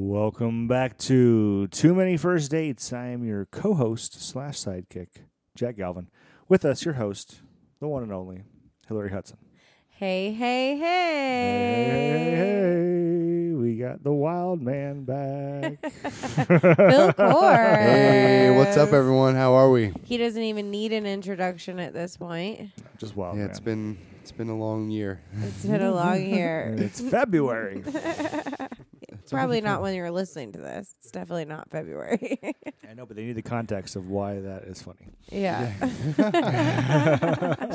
Welcome back to Too Many First Dates. I am your co-host slash sidekick, Jack Galvin. With us, your host, the one and only Hillary Hudson. Hey, hey, hey. Hey, hey, hey, we got the wild man back. Bill Corr. Hey, what's up, everyone? How are we? He doesn't even need an introduction at this point. Just wild Oh, yeah, man. it's been it's been a long year. It's been a long And year. it's February. It's probably not when you're listening to this. It's definitely not February. I know, but they need the context of why that is funny. yeah.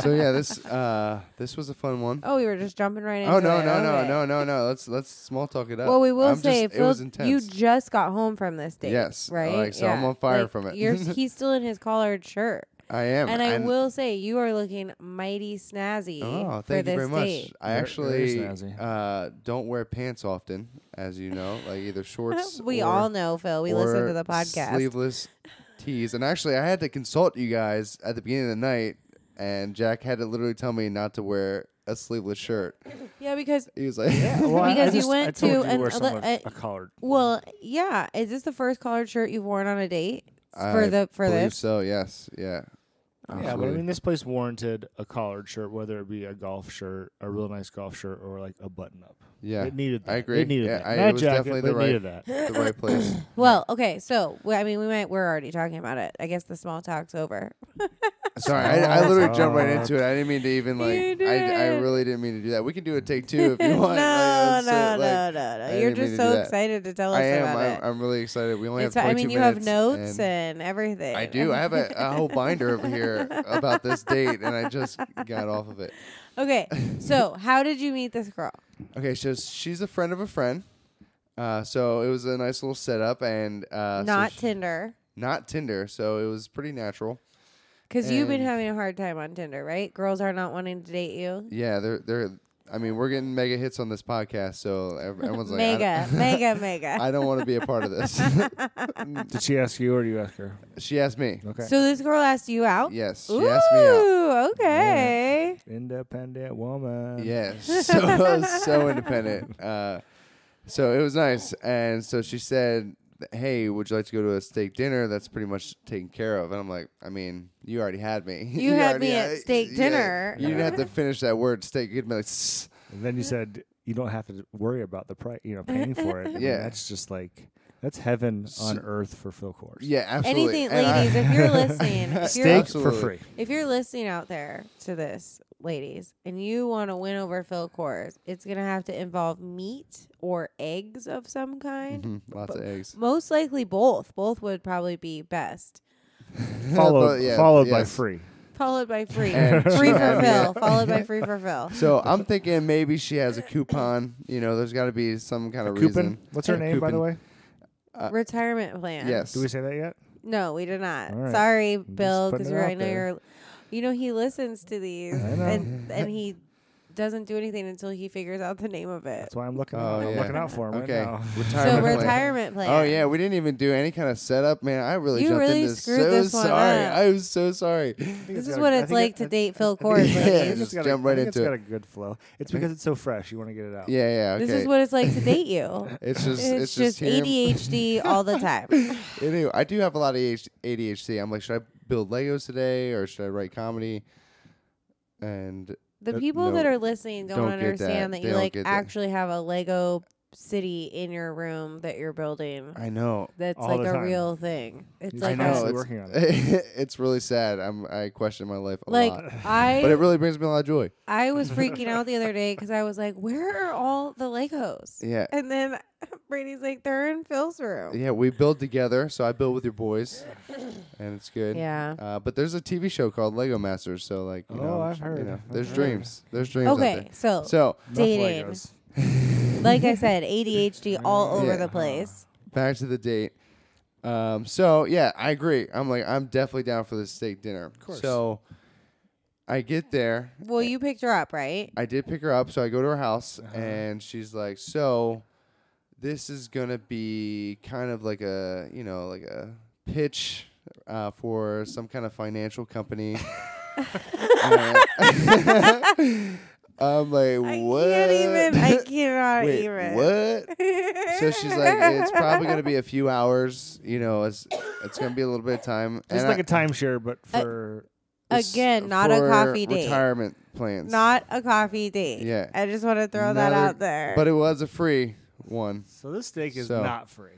so yeah, this uh this was a fun one. Oh, we were just jumping right into Oh no it. no no Love it. no no no! Let's let's small talk it up. Well, we will I'm say, just, it Phil, was intense. you just got home from this date. Yes. Right? Like, so I'm on fire from it. you're, he's still in his collared shirt. I am, And I will say, you are looking mighty snazzy for Oh, thank this you very much. date. I Very- actually very snazzy. uh, don't wear pants often, as you know, like either shorts. we or, all know, Phil. We listen to or the podcast. Sleeveless tees. And actually, I had to consult you guys at the beginning of the night, and Jack had to literally tell me not to wear a sleeveless shirt. Yeah, because He was like, Well, I- I Because you just- went I told to uh, you an wear some ele- of a- a collared. well, yeah. Is this the first collared shirt you've worn on a date I for the for believe this? So yes, yeah. Yeah, but I Absolutely. mean, this place warranted a collared shirt, whether it be a golf shirt, a real nice golf shirt, or like a button up. Yeah, it needed. That. I agree. It needed Yeah, that. I- Not it was jacket, definitely but the it right- needed that. the right place. Well, okay. So well, I mean, we might we're already talking about it. I guess the small talk's over. Sorry, I, I literally jumped right Fuck. into it. I didn't mean to even like. You I, I did. really didn't mean to do that. We can do a take two if no, you want. Like, no, that's it, no, like, no, no, I You're didn't mean just to do so that. excited to tell us I am. about I'm, it. I'm really excited. We only It's have fine. I 22 mean, you have minutes. notes and and everything. I do. I have a, a whole binder over here about this date, and I just got off of it. okay. So, how did you meet this girl? Okay, so she's a friend of a friend. Uh, so it was a nice little setup, and uh, so Not she- Tinder, not Tinder. So it was pretty natural. because you've been and- having a hard time on Tinder, right? Girls are not wanting to date you. Yeah, they're they're. I mean, we're getting mega hits on this podcast, so ev- everyone's like, I mega, don't- mega, mega. I don't want to be a part of this. Did she ask you, or do you ask her? she asked me. Okay. So this girl asked you out? Yes, she Ooh, asked me out. okay. Independent woman. Yes, so so independent. Uh, so it was nice, and so she said, "Hey, would you like to go to a steak dinner? That's pretty much taken care of." And I'm like, "I mean, you already had me. You had already me at steak yeah, dinner." You didn't have to finish that word steak. You could be like, "Sss." And then you said you don't have to worry about the price, you know, paying for it. I mean, Yeah. that's just like that's heaven on So- earth for Phil Kors. "Yeah, absolutely." Anything, And I- ladies, if you're listening, if Steak you're, for Absolutely. free. if you're listening out there to this, ladies, and you want to win over Phil Kors, it's gonna have to involve meat or eggs of some kind. Mhm, lots of eggs. Most likely both. Both would probably be best. Followed, yeah, followed by yes. free. Followed by free. And she free for had me Phil. at- Followed by free for Phil. So I'm thinking maybe she has a coupon. You know, there's got to be some kind of Coupon. reason. What's her Yeah, name, by the Coupon. way? Retirement plan. Yes. Do we say that yet? No, we did not. All right. Sorry, Bill, putting because it I out know there. you're. You know he listens to these, I know. and and he doesn't do anything until he figures out the name of it. That's why I'm looking. Oh, out. I'm yeah. looking out for him okay. right now. So Retirement plan. retirement plan. Oh yeah, we didn't even do any kind of setup, man. I really You jumped really into this. screwed so this one sorry. up. I was so sorry. This is what it's like to date Phil Kors. Yeah, ladies. just jump right It's into got a good flow. It's because it's so fresh. You want to get it out. Yeah, yeah. Okay. This is what it's like to date you. it's just. It's, It's just hearing- ADHD all the time. Anyway, I do have a lot of ADHD. I'm like, should I build Legos today or should I write comedy? And The Uh, people no. that are listening don't, Don't get that. understand that, They you don't like get that. actually have a Lego city in your room that you're building. I know. That's All like the a time. real thing. It's He's like constantly a, know, it's- working on it. it's really sad. I'm. I question my life a like lot, I but it really brings me a lot of joy. I was freaking out the other day because I was like, "Where are all the Legos?" Yeah. And then Brady's like, "They're in Phil's room." Yeah, we build together. So I build with your boys, and it's good. Yeah. Uh, but there's a TV show called Lego Masters. So like, you Oh, know, I've you heard. know, I've there's heard. dreams. There's dreams. out Okay, so, there. So Enough dating. Legos. like I said, ADHD all over Yeah. the place. back to the date. Um, so yeah, I agree. I'm like, I'm definitely down for this steak dinner. Of course. So I get there. Well, you picked her up, right? I did pick her up, so I go to her house, and she's like, "So, this is gonna be kind of like a, you know, like a pitch uh, for some kind of financial company." And- Uh, I'm like, I what? can't even. I cannot Wait, even. what? So she's like, it's probably gonna be a few hours. You know, it's it's gonna be a little bit of time. It's And like I- a timeshare, but Uh, for it's Again, not a for coffee date. Retirement plans. not a coffee date. Yeah. I just want to throw that Another- out there. But it was a free one. so this steak is So- not free.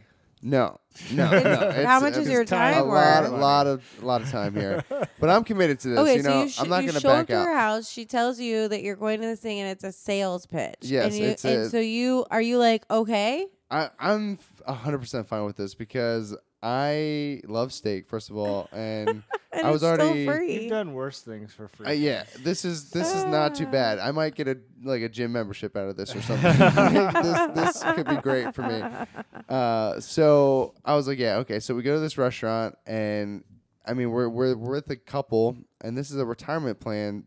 No, no, no. It's- It's- how much it's is your time. time, a lot, a worth? lot of, lot of time here. But I'm committed to this. okay, you so know, you, sh- I'm not you gonna show up back to her out. house. She tells you that you're going to this thing, and it's a sales pitch. Yes, and, you, it's and a- so you are you like okay? I, I'm 100 percent fine with this because I love steak, first of all, and And I was it's still already- free. You've done worse things for free. uh, yeah, this is this is not Ah. too bad. I might get a like a gym membership out of this or something. this this could be great for me. Uh, so I was like, yeah, okay. So we go to this restaurant, and I mean, we're we're we're with a couple, and this is a retirement plan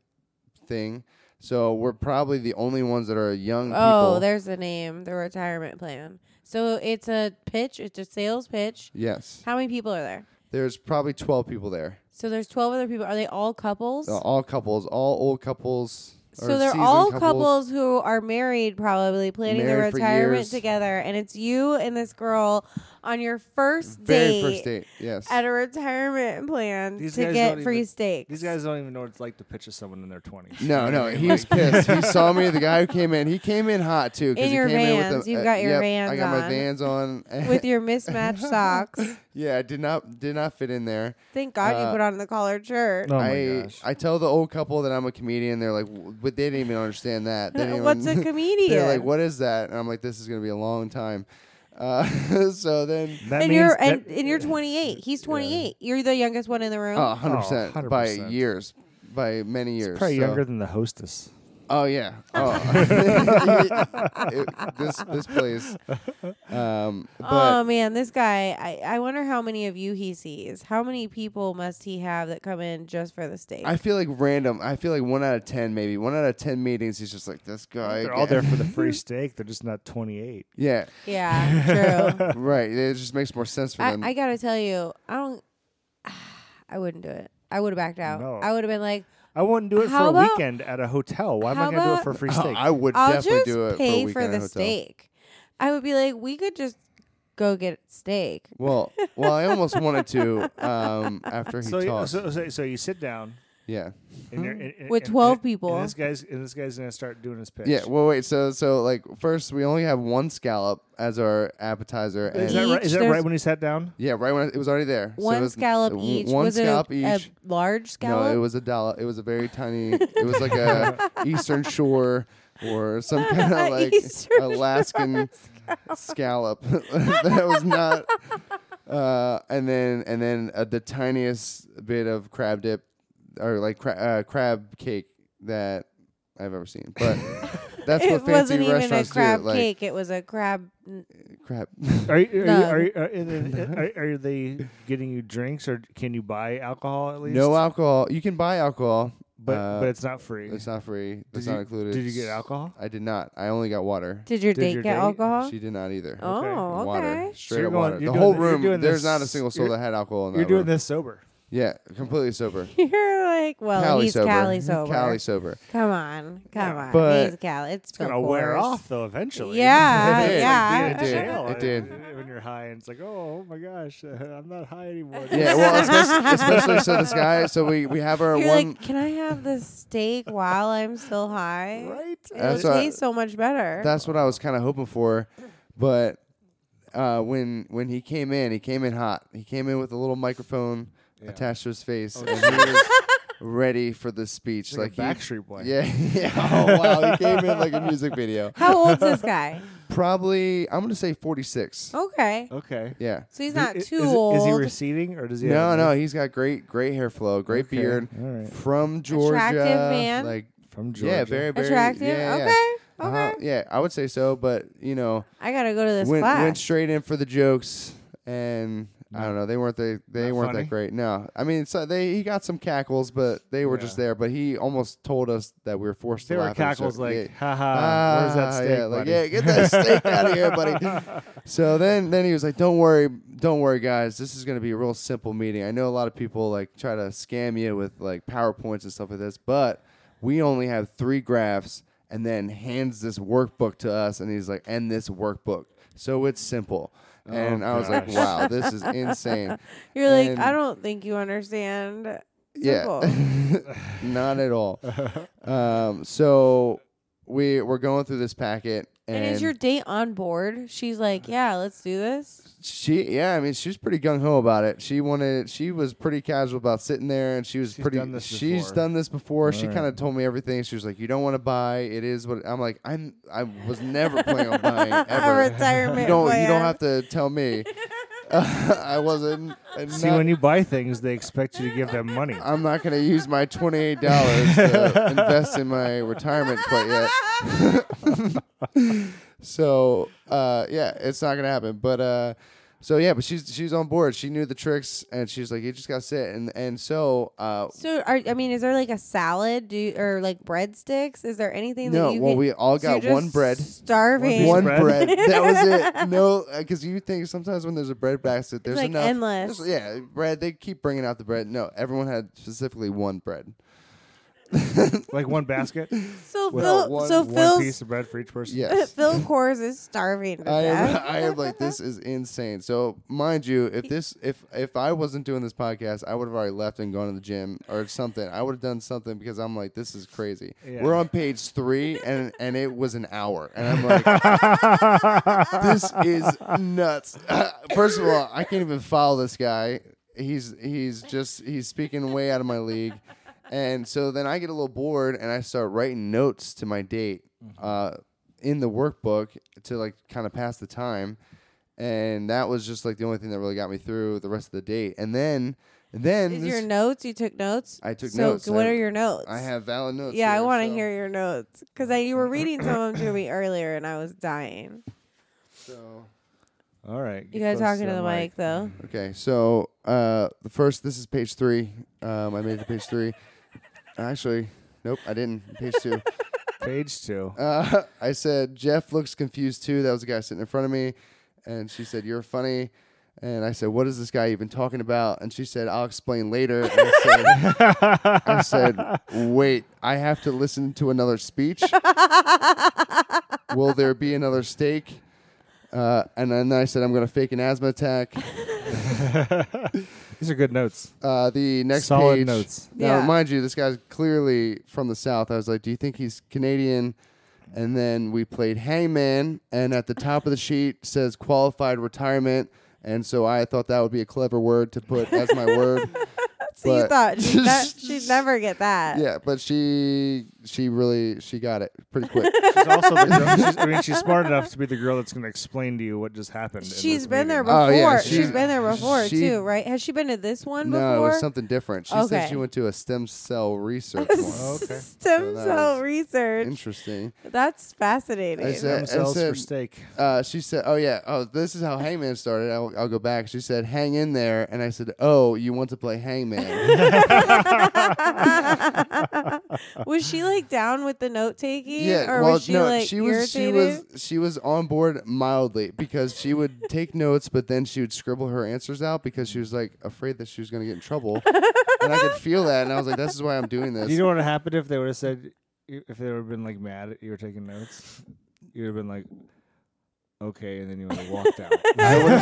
thing. So we're probably the only ones that are young people. Oh, there's the name, the retirement plan. So it's a pitch. It's a sales pitch. yes. How many people are there? There's probably 12 people there. So there's 12 other people. Are they all couples? Uh, All couples, all old couples. or So they're seasoned all couples who are married, probably planning their Married for retirement years. together, and it's you and this girl on your first Very date first date, yes. at a retirement plan These to guys get don't free even- steaks. These guys don't even know what it's like to pitch to someone in their twenties. No, no, he was pissed. He saw me. The guy who came in, he came in hot too. 'cause In he your came in Vans. with a- You've uh, got your yep, Vans I got my on. Vans on. with your mismatched socks. yeah, I did not did not fit in there. Thank God you Uh, put on the collared shirt. Oh my I gosh. I tell the old couple that I'm a comedian. They're like, "W- but they didn't even understand that. They didn't What's a even, comedian? They're like, what is that? And I'm like, this is gonna be a long time. Uh, so then, That and means you're that- and, and you're 28. He's 28. You're the youngest one in the room. oh, 100 percent by 100%. years, by many years. probably so- younger than the hostess. Oh yeah. Oh. It- this this place. Um, but oh man, this guy. I, I wonder how many of you he sees. How many people must he have that come in just for the steak? I feel like random. I feel like one out of ten, maybe one out of ten meetings. He's just like this guy. They're all there again." for the free steak. They're just not twenty eight. yeah, yeah, true. right. It just makes more sense for them. I, I gotta tell you, I don't. I wouldn't do it. I would have backed out. No. I would have been like, I wouldn't do it for How a about- weekend at a hotel. Why am I how going to do it about- for a free Oh, steak? I would I'll definitely just do it pay for, a for, weekend the at a hotel. steak. I would be like, we could just go get steak. Well, well, I almost wanted to um, after he so, you- talks. so, so, so you sit down yeah, and you're, and- and- Mm. With and- 12 and people. this guy's and this guy's going to start doing his pitch. yeah. Well, wait. So, so like first we only have one scallop as our appetizer, and is that right? Each Is that there's- right when he sat down? yeah, right when I, it was already there. So it One was- scallop w- each. One was scallop it a, each. a large scallop? No, it was a dollar. It was a very tiny. it was like a Eastern Shore or some kind A of like Eastern Alaskan scallop. that was not. Uh, and then and then uh, the tiniest bit of crab dip or like cra- uh, crab cake that I've ever seen, but. That's It what fancy wasn't even a restaurants crab do. Like cake. It was a crab. crab. Are you, are, No. you, are, you, are, and- are, are they getting you drinks or can you buy alcohol at least? no alcohol. You can buy alcohol, but uh, but it's not free. it's not free. Did It's you- not included. Did you get alcohol? I did not. I only got water. Did your Did date your get date? alcohol? Oh, She did not either. oh, okay. Water, straight you're up going- water. you're The doing whole th- you're room. doing There's not a this- single soul you're- that had alcohol in that You're doing room. this sober. Yeah, completely sober. You're like, well, Cali he's sober. Cali Mm-hmm. sober. Cali sober. Come on, come on. But- he's Cali. It's, It's gonna Phil wear Kors. off though eventually. Yeah, It did, yeah. it did, jail. it did. When you're high, and it's like, oh, oh my gosh, I'm not high anymore. Yeah, well, especially, especially so this guy. So we we have our You're one. like, can I have the steak while I'm still high? right. It'll That's what I- taste so much better. that's what I was kind of hoping for, but uh, when when he came in, he came in hot. He came in with a little microphone Yeah. attached to his face, and he was ready for the speech. It's like, he- a Backstreet Boy. yeah, yeah. Oh wow, he came in like a music video. How old's this guy? Probably, I'm gonna say 46. Okay, Okay. Yeah. so he's Is- not is- too is, it- old. Is he receding or does he? No, have no, he's got great, great hair flow, great Okay, beard, all right. from Georgia, man. like from Georgia? yeah, very, very Attractive. yeah, yeah. Okay, okay. Uh-huh, yeah, I would say so, but you know, I gotta go to this went class. went straight in for the jokes, and I don't know, they weren't they they Not weren't funny? that great. No, I mean, so they he got some cackles, but they were just Yeah. there. But he almost told us that we were forced They to were laugh. at his cackles joke. like, Yeah. haha, where's that Ah, steak? Yeah, like, buddy?" yeah, get that steak out of here, buddy. So then, then he was like, "Don't worry, don't worry, guys. This is gonna be a real simple meeting. I know a lot of people like try to scam you with like powerpoints and stuff like this, but we only have three graphs and then hands this workbook to us, and he's like, "And this workbook, so it's simple." And I was like, Oh, gosh. "Wow, this is insane." You're like, And- I don't think you understand. Simple. Yeah, not at all. Um, so we we're going through this packet, and, And, is your date on board? She's like, yeah, let's do this. she yeah, I mean she was pretty gung ho about it. She wanted she was pretty casual about sitting there, and she was She's pretty. done this she's before. done this before. she Alright. kind of told me everything. She was like, "You don't want to buy. It is what." I'm like, "I'm I was never planning on buying A ever. retirement You don't you plan. don't have to tell me. I wasn't. I'm See, not- when you buy things, they expect you to give them money. I'm not going to use my $28 to invest in my retirement quite yet. so, uh, yeah, it's not going to happen. But, uh, so yeah, but she's she's on board. She knew the tricks, and she's like, "You just got to sit." And and so, uh, So, are, I mean, is there like a salad do you, or like breadsticks? Is there anything no, that you well, can, we all so you're got one just bread, Starving. piece of one bread. bread. that was it. No, because you think sometimes when there's a bread basket, there's like enough. endless. there's- yeah, bread. They keep bringing out the bread. No, everyone had specifically one bread. like one basket, So, with Phil, one- so one Phil's piece of bread for each person. Yes. Phil Kors is starving to I am, death. I am like this is insane. So mind you, if this if if I wasn't doing this podcast, I would have already left and gone to the gym or something. I would have done something because I'm like this is crazy. Yeah. We're on page three and and it was an hour and I'm like this is nuts. First of all, I can't even follow this guy. He's he's just he's speaking way out of my league. And so then I get a little bored and I start writing notes to my date Mm-hmm. uh, in the workbook to like kind of pass the time. And that was just like the only thing that really got me through the rest of the date. And then, then Is this- your notes? You took notes. I took so notes. So, what I- are your notes? I have valid notes. Yeah, I here, want to so- hear your notes because you were reading some of them to me earlier, and I was dying. So. All right. You get guys close talking to the mic though. Okay, so uh, the first, this is page three. Um, I made it to page three. Actually, nope, I didn't. Page two. Page two. Uh, I said, Jeff looks confused too. That was the guy sitting in front of me. And she said, You're funny. And I said, What is this guy even talking about? And she said, I'll explain later. And I said, I said Wait, I have to listen to another speech. Will there be another steak? Uh, and then I said, I'm going to fake an asthma attack. These are good notes. Uh, the next Solid page. notes. Now, Yeah. mind you, this guy's clearly from the South. I was like, do you think he's Canadian? And then we played Hangman, and at the top of the sheet says qualified retirement. And so I thought that would be a clever word to put as my word. So you But- thought she'd, ne- she'd never get that. Yeah, but she she really she got it pretty quick. She's also the girl. She's, I mean, she's smart enough to be the girl that's going to explain to you what just happened. in She's this been there meeting. before. Oh, yeah, she- she's been there before she- too, right? Has she been to this one no, it before? was something different. She Okay. said she went to a stem cell research one. okay. Stem So that cell was research. Interesting. That's fascinating. I said- Stem cells for Uh, said- steak. uh, she said, "Oh yeah, oh this is how Hangman started." I'll, I'll go back. She said, "Hang in there," and I said, "Oh, you want to play Hangman?" was she like down with the note taking? yeah. or well, was she no, like she was irritated? she was she was on board mildly because she would take notes, but then she would scribble her answers out because she was like afraid that she was going to get in trouble, and I could feel that, and I was like, "This is why I'm doing this." Do you know what would have happened if they would have said, if they would have been like mad at you were taking notes? You would have been like, okay, and then you would have walked out. I would,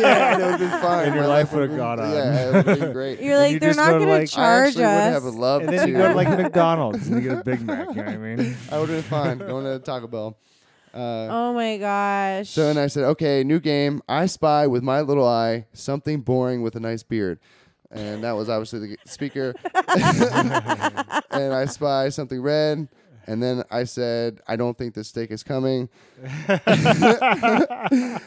yeah, it would have been fine. And your My life would would've have gone been- on. Yeah, it would have been great. You're And like you they're just not go to, going like- I to charge I actually us. would have loved and then to. you go to like McDonald's and you get a Big Mac. You know what I mean? I would have been fine going to Taco Bell. Uh, Oh my gosh. So and I said, okay, new game. I spy with my little eye something boring with a nice beard. And that was obviously the g- speaker. and I spy something red. And then I said, I don't think this steak is coming. and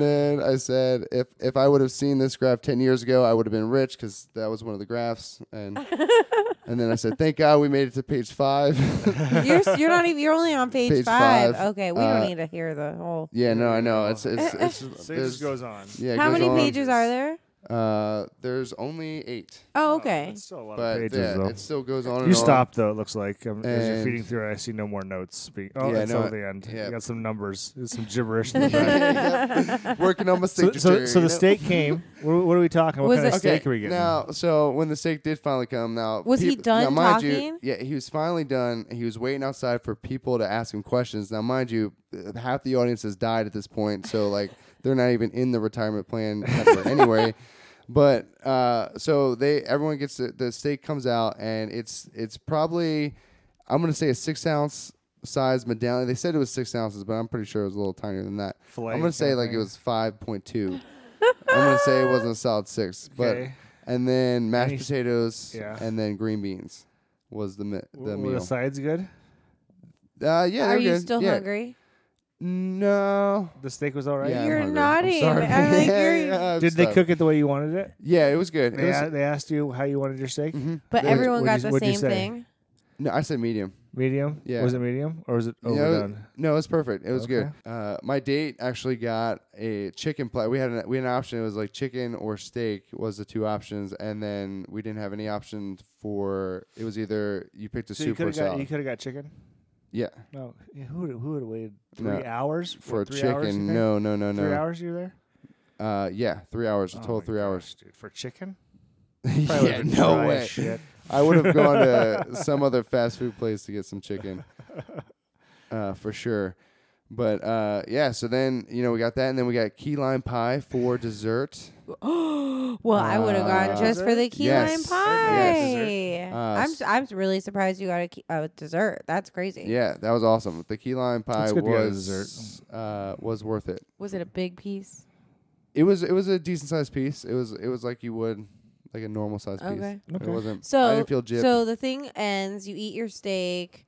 then I said, if if I would have seen this graph ten years ago, I would have been rich because that was one of the graphs. And and then I said, thank God we made it to page five. you're s- you're not even you're only on page, Page five. five. Okay, we Uh, don't need to hear the whole. yeah, no, I know. It's it's, it's So it just there's- goes on. yeah, it How goes many on. pages are there? Uh, there's only eight, Oh, okay. It's still a lot of but pages, yeah, though. it still goes on. You and on. stopped though. It looks like um, as you're And- feeding through, I see no more notes. Be- oh, Yeah, it's no, all the end. yeah. You got some numbers, There's some gibberish. in the back. Right. Working on my so, signature. so, so you the know? steak came. What, what are we talking? What Was kind of it- steak are we getting? Now, so when the steak did finally come, now Was he peop- done now, mind talking? You, yeah, he was finally done. He was waiting outside for people to ask him questions. Now, mind you, uh, half the audience has died at this point, so like they're not even in the retirement plan ever anyway. But uh, so they everyone gets the, the steak comes out, and it's it's probably I'm gonna say a six ounce size medallion. They said it was six ounces, but I'm pretty sure it was a little tinier than that. Filet I'm gonna say kinda like it thing? was five point two. I'm gonna say it wasn't a solid six, Okay. but and then mashed Any s- potatoes, yeah. and then green beans was the mi- W- the were meal. the sides good? Uh, yeah, Are they're you good. still Yeah. hungry? No. The steak was all right. Yeah, I'm you're hungry. I'm nodding. sorry. I'm like, you're- Yeah, I'm Did they stuffed. cook it the way you wanted it? Yeah, it was good. It They, was- Mm-hmm. a- they asked you how you wanted your steak. But Wait, everyone got what'd you- the what'd you same say? thing. no, I said medium. Medium. Yeah. Was it medium or was it Yeah, it was- overdone? no, it was perfect. It was Okay. good. Uh, my date actually got a chicken plate. We had an, we had an option. It was like chicken or steak was the two options, and then we didn't have any options for. It was either you picked a so you soup could or have got you salad. could have got chicken. yeah, No, yeah, who would- who would have waited three No. hours for a three Hours, you chicken. think? No, no, no, no. three hours you were there. Uh, yeah, three hours. A Oh total my three hours. gosh, dude. For chicken? Probably yeah, would've been no dry way. as Shit. I would have gone to some other fast food place to get some chicken, uh, for sure. But uh, yeah, so then you know we got that, and then we got key lime pie for dessert. Well, I would have Uh, gone just for the key lime yes. pie. Yes. Uh, I'm s- s- I'm really surprised you got a, key, a dessert. That's crazy. Yeah, that was awesome. The key lime pie It's good to get a was dessert. uh, was worth it. Was it a big piece? It was it was a decent sized piece. It was it was like you would like a normal sized Okay. piece. Okay. It wasn't. So I didn't feel gypped. so the thing ends. You eat your steak,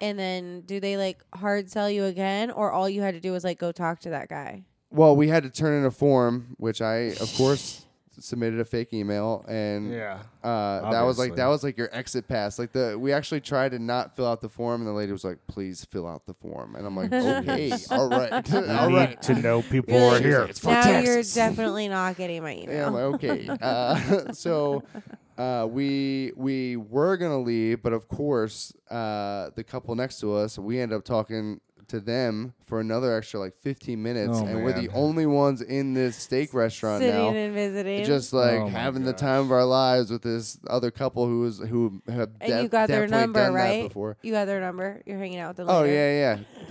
and then do they like hard sell you again, or all you had to do was like go talk to that guy? Well, we had to turn in a form, which I, of course, submitted a fake email, and Yeah. uh, that was like Obviously. that was like your exit pass. Like the we actually tried to not fill out the form, and the lady was like, "Please fill out the form," and I'm like, "Okay, all right, You all need right." to know people You're are like, here. It's for now you're Texas. definitely not getting my email. Yeah, I'm like, okay. Uh, so uh, we we were gonna leave, but of course, uh, the couple next to us, we end up talking to them for another extra like 15 minutes, Oh, and we're the man. only ones in this steak restaurant Sitting now. and visiting. just like Oh my having the gosh. time of our lives with this other couple who was who have and def- you got their definitely number, done that right? before. You got their number. You're hanging out with them. Oh later.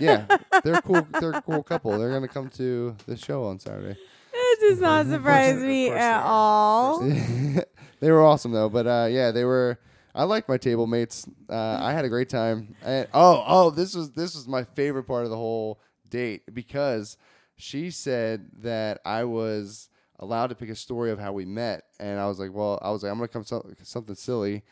yeah, yeah, yeah. They're cool. They're a cool couple. They're gonna come to the show on Saturday. It does not surprise Of me course at they are. all. they were awesome though, but uh, yeah, they were. I liked my table mates. Uh, I had a great time. And, oh, oh, this was this was my favorite part of the whole date because she said that I was allowed to pick a story of how we met, and I was like, well, I was like, I'm gonna come so- something silly.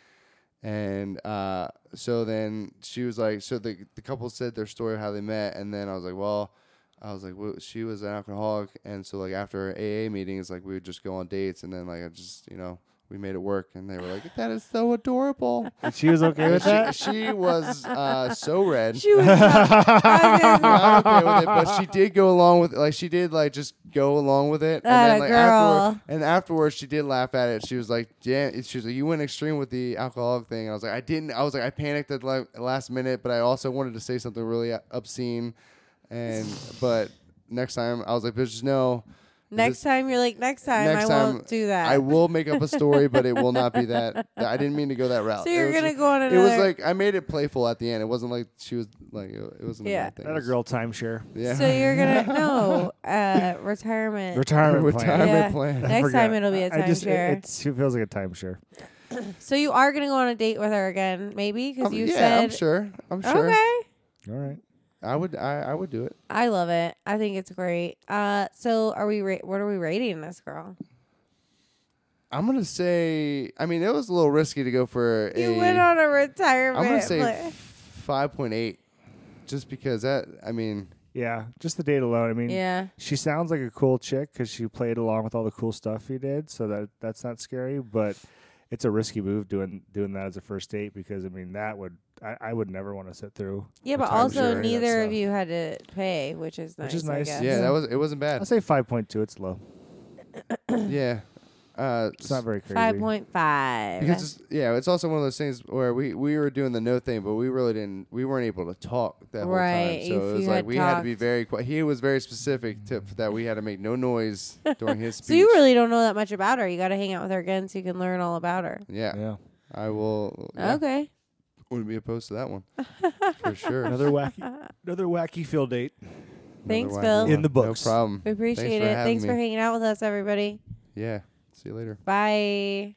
And uh, so then she was like, so the, the couple said their story of how they met, and then I was like, well, I was like, well, she was an alcoholic, and so like after AA meetings, like we would just go on dates, and then like I just you know we made it work, and they were like, that is so adorable. And she was okay with she, that. she was uh, so red. She was. Not, I was gonna say, not okay with it, but she did go along with like she did like just go along with it. Atta like girl. afterward, and afterwards she did laugh at it. She was like, "Yeah," she was like, "You went extreme with the alcoholic thing." I was like, "I didn't." I was like, "I panicked at the la- last minute," but I also wanted to say something really uh, obscene. And but next time I was like, "Bitch, no." next This- time you're like, next time next I time won't do that. I will make up a story, but it will not be that. I didn't mean to go that route." so It you're was gonna just- go on It another. was like I made it playful at the end. It wasn't like she was like it wasn't a Yeah. bad thing. That a girl timeshare. Yeah. So you're gonna no uh, retirement. Retirement, plan. Retirement Yeah. plan. I Next time forgot. it'll be a I- I just- it- timeshare. it's- It feels like a timeshare. so you are gonna go on a date with her again, maybe? Because Um, you yeah, said I'm sure. I'm sure. okay. All right. I would. I, I would do it. I love it. I think it's great. Uh, so are we? Ra- what are we rating this girl? I'm gonna say. I mean, it was a little risky to go for You a. went on a I'm retirement. gonna say plan. five point eight, just because that. I mean, Yeah, just the date alone. I mean, yeah. she sounds like a cool chick because she played along with all the cool stuff he did. So that that's not scary, but it's a risky move doing doing that as a first date because I mean that would I, I would never want to sit through. Yeah, a but timeshare also and that neither of stuff. you had to pay, which is nice. Which is I nice, guess. yeah, that was. It wasn't I'll bad. say five point two. It's low. yeah. Uh, It's not very crazy. Five point five. because it's, yeah, it's also one of those things where we, we were doing the no thing, but we really didn't. We weren't able to talk that Right, whole time, so if it was you like had we had to be talked. very. Qu- he was very specific to, that we had to make no noise during his speech. so you really don't know that much about her. You got to hang out with her again so you can learn all about her. yeah, Yeah. I will. Yeah, Okay. Wouldn't be opposed to that one for sure. Another wacky, another wacky field date. Thanks, wacky Bill. one. In the books. No problem. We appreciate for it. having Thanks for me. hanging out with us, everybody. Yeah. See you later. Bye.